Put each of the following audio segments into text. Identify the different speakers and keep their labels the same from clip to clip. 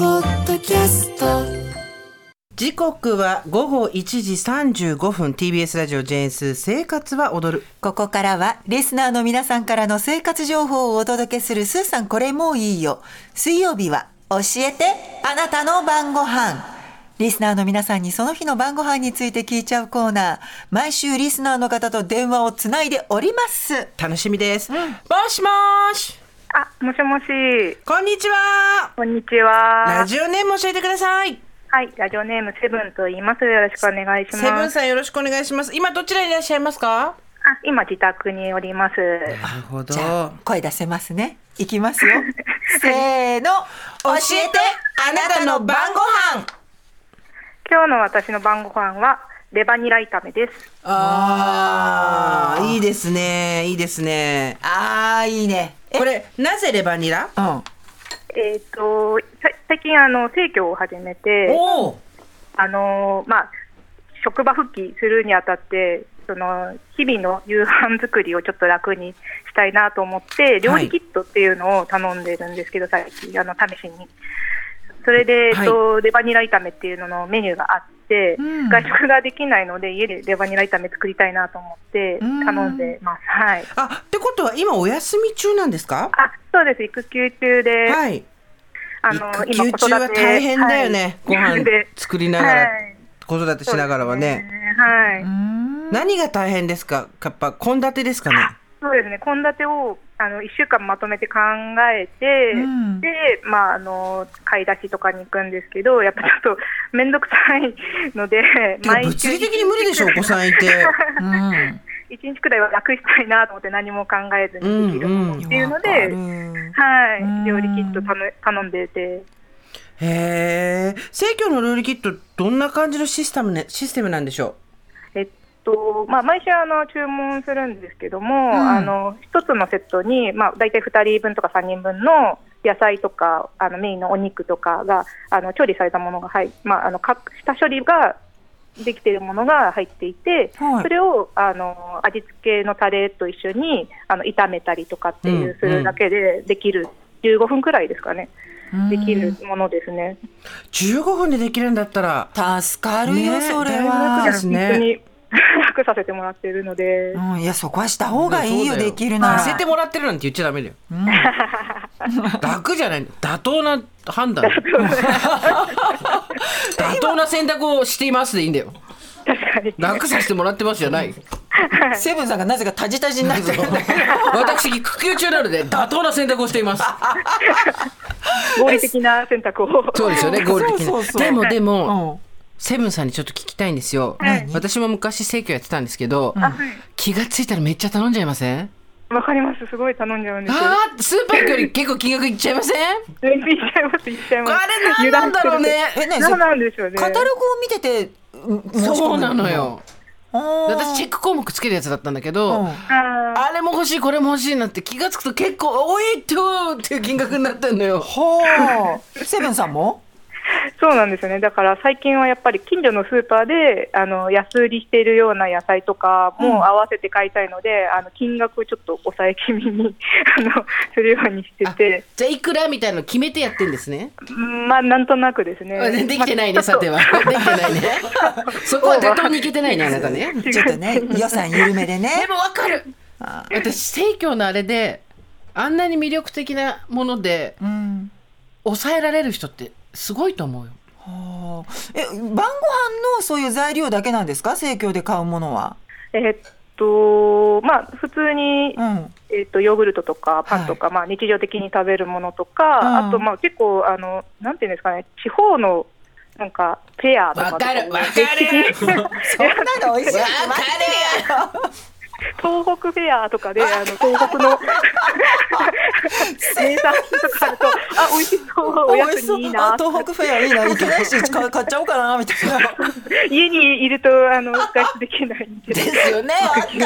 Speaker 1: キャスト
Speaker 2: 時刻は午後1時35分 TBS ラジオ JS 生活は踊る
Speaker 3: ここからは、リスナーの皆さんからの生活情報をお届けする、スーさんこれもういいよ。水曜日は、教えて、あなたの晩ご飯。リスナーの皆さんにその日の晩ご飯について聞いちゃうコーナー。毎週リスナーの方と電話をつないでおります。
Speaker 2: 楽しみです、もしもーし
Speaker 4: あ、もしもし。
Speaker 2: こんにちは
Speaker 4: こんにちは。
Speaker 2: ラジオネーム教えてください
Speaker 4: はい、ラジオネームセブンと言います。よろしくお願いし
Speaker 2: セブ
Speaker 4: ま
Speaker 2: ン
Speaker 4: す。
Speaker 2: さんよろしくお願いします今どちらにいらっしゃいますか
Speaker 4: あ、今自宅におります。
Speaker 2: なるほど
Speaker 3: じゃあ、声出せますね。いきます よ。せーの。教えて、あなたの晩ご飯。
Speaker 4: 今日の私の晩ご飯はレバニラ炒めです。
Speaker 2: ああいいですねいいですね
Speaker 3: あー、いいね。え
Speaker 2: これなぜレバニラ
Speaker 3: うん。
Speaker 4: えっ、とさ最近あの生協を始めて、
Speaker 2: おお
Speaker 4: あのーまあ職場復帰するにあたって。その日々の夕飯作りをちょっと楽にしたいなと思って料理キットっていうのを頼んでるんですけど、最近あの試しにそれで、えっとレバニラ炒めっていうののメニューがあって、
Speaker 3: うん
Speaker 4: 外食ができないので家でレバニラ炒め作りたいなと思って
Speaker 3: うん
Speaker 4: 頼んでます、はい
Speaker 2: あってことは今お休み中なんですか
Speaker 4: あそうです育休中で、
Speaker 2: はい
Speaker 4: あ
Speaker 2: 育休中は大変だよね、
Speaker 4: はい
Speaker 2: ご 飯作りながら、
Speaker 4: はい
Speaker 2: 子育てしながらはね
Speaker 4: はい、
Speaker 3: うん
Speaker 2: 何が大変ですかやっぱ献立ですかね
Speaker 4: そうですね献立をあの1週間まとめて考えて、
Speaker 3: うん
Speaker 4: でまああの買い出しとかに行くんですけどやっぱちょっと 面倒くさいので
Speaker 2: てか物理的に無理でしょお子さんいて
Speaker 3: うん
Speaker 4: 一日くらいは楽したいなと思って何も考えずにできるものっていうので、
Speaker 3: うん
Speaker 4: はい、料理キット頼む頼んでて、
Speaker 2: へえ生協の料理キットどんな感じのシステムねシステムなんでしょ
Speaker 4: えっとまあ、毎週あの注文するんですけども、あの一つのセットに、まあ、大体2人分とか3人分の野菜とかあのメインのお肉とかがあの調理されたものが入っまあ、あのか下処理ができているものが入っていて、
Speaker 2: はい
Speaker 4: それをあの味付けのタレと一緒にあの炒めたりとかっていう、
Speaker 2: うん
Speaker 4: するだけでできる15分くらいですかね、できるものですね。
Speaker 2: う15分でできるんだったら
Speaker 3: 助かるよ、
Speaker 2: ね
Speaker 3: それ
Speaker 2: だいぶ楽で
Speaker 3: は
Speaker 2: す。
Speaker 4: 本当に 楽させてもらってるので、
Speaker 3: うん、いや、そこはした方がい
Speaker 2: そ
Speaker 3: いよ、
Speaker 2: うだ
Speaker 3: できるな
Speaker 2: さ
Speaker 3: ら。
Speaker 2: せてもらってるなんて言っちゃダメだよ
Speaker 3: うん
Speaker 2: 楽じゃない妥当な判 断妥当な選択をしていますでいいんだよ
Speaker 4: 確か に。
Speaker 2: 楽させてもらってますじゃない
Speaker 3: セブンさんがなぜかタジタジになってる。
Speaker 2: 私育休中なので妥当な選択をしています
Speaker 4: 合理的な選択を。
Speaker 2: そうですよね合理的な
Speaker 3: そうそうそう
Speaker 2: でもでも、
Speaker 3: うん
Speaker 2: セブンさんにちょっと聞きたいんですよ、
Speaker 4: はい
Speaker 2: 私も昔生協やってたんですけど、
Speaker 4: あはい
Speaker 2: 気がついたらめっちゃ頼んじゃいません
Speaker 4: わかります。すごい頼んじゃうんですよ。
Speaker 2: あースーパーより結構金額いっちゃいませんあ
Speaker 4: 言っちゃいます。言っちゃいます。
Speaker 2: れ何なんだろうね
Speaker 3: え、何それ
Speaker 4: 何なんでしょうね。
Speaker 3: カタログを見てて、申し込む
Speaker 2: そうなの。よ私
Speaker 3: 私
Speaker 2: チェック項目つけるやつだったんだけど、
Speaker 3: うん
Speaker 4: あー
Speaker 2: あれも欲しいこれも欲しいなって気がつくと結構多いとーっていう金額になってんのよ
Speaker 3: ほう。セブンさんも
Speaker 4: そうなんですよね。だから最近はやっぱり近所のスーパーであの安売りしているような野菜とかも合わせて買いたいので、あの金額をちょっと抑え気味に あのするようにしてて、
Speaker 2: じゃあいくらみたいなの決めてやってんですね
Speaker 4: うんまあなんとなくですね。
Speaker 2: あでできてないね
Speaker 4: まあ
Speaker 2: さてはできてない ねそこは妥当にいけてないねあなたね
Speaker 3: ちょっとね、予算緩めで
Speaker 2: で
Speaker 3: ね。
Speaker 2: もわかる私生協のあれであんなに魅力的なもので
Speaker 3: うん。
Speaker 2: 抑えられる人ってすごいと思うよ
Speaker 3: ほうえ、晩ご飯のそういう材料だけなんですか生協で買うものは。
Speaker 4: えっとまあ普通に
Speaker 3: うん。
Speaker 4: えっとヨーグルトとかパンとか、まあ、日常的に食べるものとか、
Speaker 3: うん
Speaker 4: あとまあ結構あのなんていうんですかね地方のなんかフェアとかとも
Speaker 2: る
Speaker 3: そんなの美味しいに決まってるやろ。
Speaker 4: 東北フェアとかであの東北の名産品とかあるとあ美味しそうおやつにいい
Speaker 3: あ
Speaker 4: な
Speaker 3: 東北フェアいいな行けないし買買っちゃおうかなみたいな
Speaker 4: 家にいるとあの外出できないんで
Speaker 2: ですよね家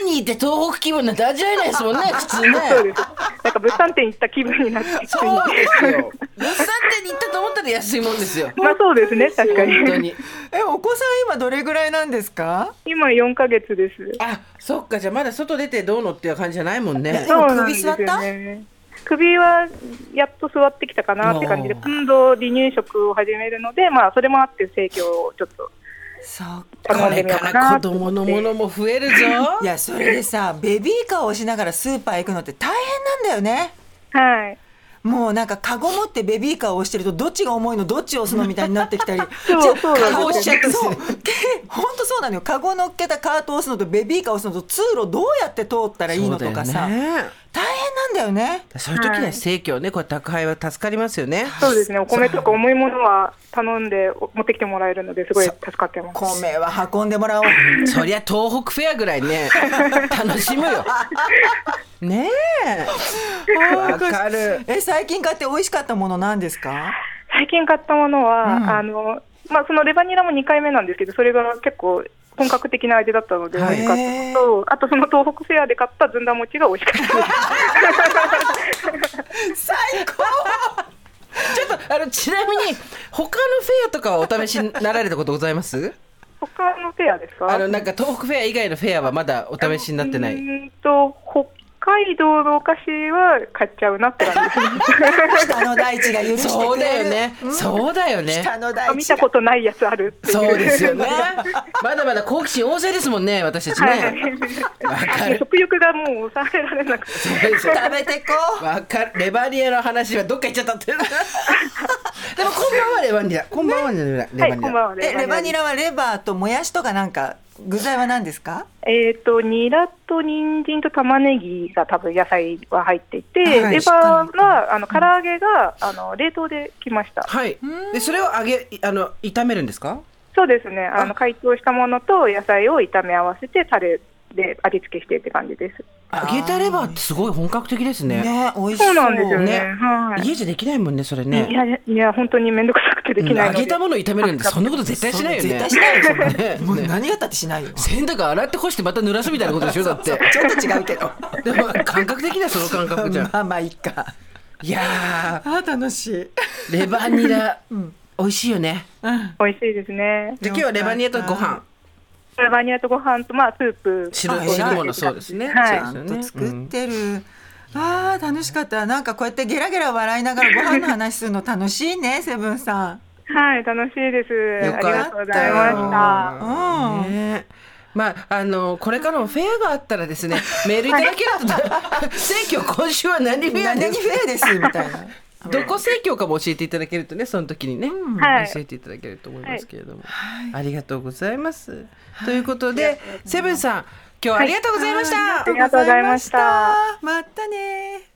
Speaker 2: 家にいて東北気分なんて味わえないですもんね 普通ね
Speaker 4: そうですなんか物産展行った気分になってきて
Speaker 2: そうですよ物産展に行ったと思ったら安いもんです よ
Speaker 4: まあそうですね確か
Speaker 2: 本当
Speaker 4: に
Speaker 2: に
Speaker 3: えお子さん今どれぐらいなんですか
Speaker 4: 今4ヶ月です
Speaker 2: あそっかじゃあまだ外出てどうのっていう感じじゃないもんね
Speaker 3: でも
Speaker 4: そうなんですよ
Speaker 3: 首座った
Speaker 4: ね首はやっと座ってきたかなって感じで
Speaker 2: おー
Speaker 4: 今度離乳食を始めるのでまあそれもあって生協をちょっと
Speaker 3: そう
Speaker 2: こ
Speaker 4: 頼ん
Speaker 2: れ
Speaker 4: でみよう
Speaker 2: か
Speaker 4: からな
Speaker 2: 子
Speaker 4: と
Speaker 2: 供
Speaker 4: 思って
Speaker 2: のものも増えるぞ。
Speaker 3: いやそれでさベビーカーを押しながらスーパー行くのって大変なんだよね
Speaker 4: はい
Speaker 3: もうなんかカゴ持ってベビーカーを押してるとどっちが重いのどっちを押すのみたいになって きたり
Speaker 4: そう
Speaker 3: じゃあ
Speaker 4: そうなんです
Speaker 3: カゴ押しちゃって
Speaker 2: そ
Speaker 3: そうう本当そうなのよカゴ乗っけたカートを押すのとベビーカーを押すのと通路どうやって通ったらいいのとか
Speaker 2: そうだ
Speaker 3: さ、
Speaker 2: よね
Speaker 3: 大変なんだよね
Speaker 2: そういう時に
Speaker 4: は
Speaker 2: はい生協ね、これ宅配は助かりますよね。
Speaker 4: そうですねお米とか重いものは頼んでお持ってきてもらえるのですごい助かってます
Speaker 3: 米は運んでもらおう
Speaker 2: そりゃ東北フェアぐらいね、楽しむよ。ねえ。わかる。
Speaker 3: え最近買って美味しかったものなんですか
Speaker 4: 最近買ったものは、
Speaker 3: うん
Speaker 4: あのまあ、そのレバニラも2回目なんですけどそれが結構本格的な味だったので美
Speaker 2: はい
Speaker 4: 味しかったのとあとその東北フェアで買ったずんだ餅が美味しかった です
Speaker 3: 最高
Speaker 2: ちょっとあのちなみに他のフェアとかはお試しになられたことございます？
Speaker 4: 他のフェアですか
Speaker 2: あのなんか東北フェア以外のフェアはまだお試しになってな
Speaker 4: う
Speaker 2: い。
Speaker 4: ーんと北海道のお菓子は買っちゃうなって感じですね
Speaker 3: 北の大地が許してくれ
Speaker 2: そ
Speaker 3: る
Speaker 2: うだよね。
Speaker 3: うん
Speaker 2: そうだよね。
Speaker 3: 北の大
Speaker 4: あ
Speaker 3: 地
Speaker 4: 見たことないやつあるっていう
Speaker 2: そうですよね。まだまだ好奇心旺盛ですもんね、私たち ね。わか
Speaker 4: はい、
Speaker 2: る。
Speaker 4: 食欲がもう抑えられなくて
Speaker 2: そうですよ
Speaker 3: 食べてこう
Speaker 2: わかる。レバニラの話はどっか行っちゃった って。でもこんばんはレバニラ。こんばんはレバニラ。
Speaker 4: はいこんばんは
Speaker 3: えレバニ
Speaker 4: ラ
Speaker 3: ラはレバーともやしとかなんか具材は何ですか
Speaker 4: えっ、とニラと人参と玉ねぎが多分野菜は入っていて、
Speaker 2: はい
Speaker 4: レバーがあの唐揚げが、あの冷凍できました
Speaker 2: はい。でそれを揚げあの炒めるんですか？
Speaker 4: そうですねあの解凍したものと野菜を炒め合わせてタレで味付けしてって感じです
Speaker 2: 揚げたレバーってすごい本格的ですね。
Speaker 3: ね美味しそ
Speaker 4: そううなんですよね
Speaker 2: ね
Speaker 4: はい
Speaker 2: 家じゃできないもんねそれ
Speaker 4: い
Speaker 2: ね。
Speaker 4: やいや本当に面倒くさくてできない
Speaker 2: 揚
Speaker 4: ので、
Speaker 2: げたものを炒めるんでそんなこと絶対しないよね。
Speaker 3: 絶対しないよそんな
Speaker 2: ね
Speaker 3: もう何があったってしないよち
Speaker 2: 洗濯洗って干してまた濡らすみたいなことでしょ だって。
Speaker 3: ょっと違うけど
Speaker 2: でも感覚的にはその感覚じゃん。
Speaker 3: まあまあいいか
Speaker 2: いや
Speaker 3: あ楽しい、
Speaker 2: ーレバニラ、美味しいよね。
Speaker 3: うん、
Speaker 4: 美味しいですね
Speaker 2: で今日はレバニラとご飯
Speaker 4: レバニラとご飯とまあスープ
Speaker 2: 白
Speaker 3: あ
Speaker 2: い汁物そうですね。
Speaker 4: はい
Speaker 3: ち
Speaker 2: そ
Speaker 3: ゃ
Speaker 2: うですよ
Speaker 3: んと
Speaker 2: ね
Speaker 3: 作ってる、あー楽しかったなんかこうやってゲラゲラ笑いながらご飯の話するの楽しいね セブンさん
Speaker 4: はい楽しいです
Speaker 2: よか
Speaker 4: あ
Speaker 2: った
Speaker 4: り
Speaker 2: よ
Speaker 4: がとうございました
Speaker 3: たうん
Speaker 2: ねまあ、あのこれからもフェアがあったら ですねメールいただけ ると選挙今週は何フェア
Speaker 3: 何
Speaker 2: で
Speaker 3: に
Speaker 2: す
Speaker 3: フェアですみたいな
Speaker 2: どこ選挙かも教えていただけるとねその時にね、
Speaker 4: はい
Speaker 2: 教えていただけると思いますけれども、ありがとうございます、ということで、
Speaker 4: ありがとうございます
Speaker 2: セブンさん今日はありがとうございました、
Speaker 4: ありがとうございました
Speaker 3: またね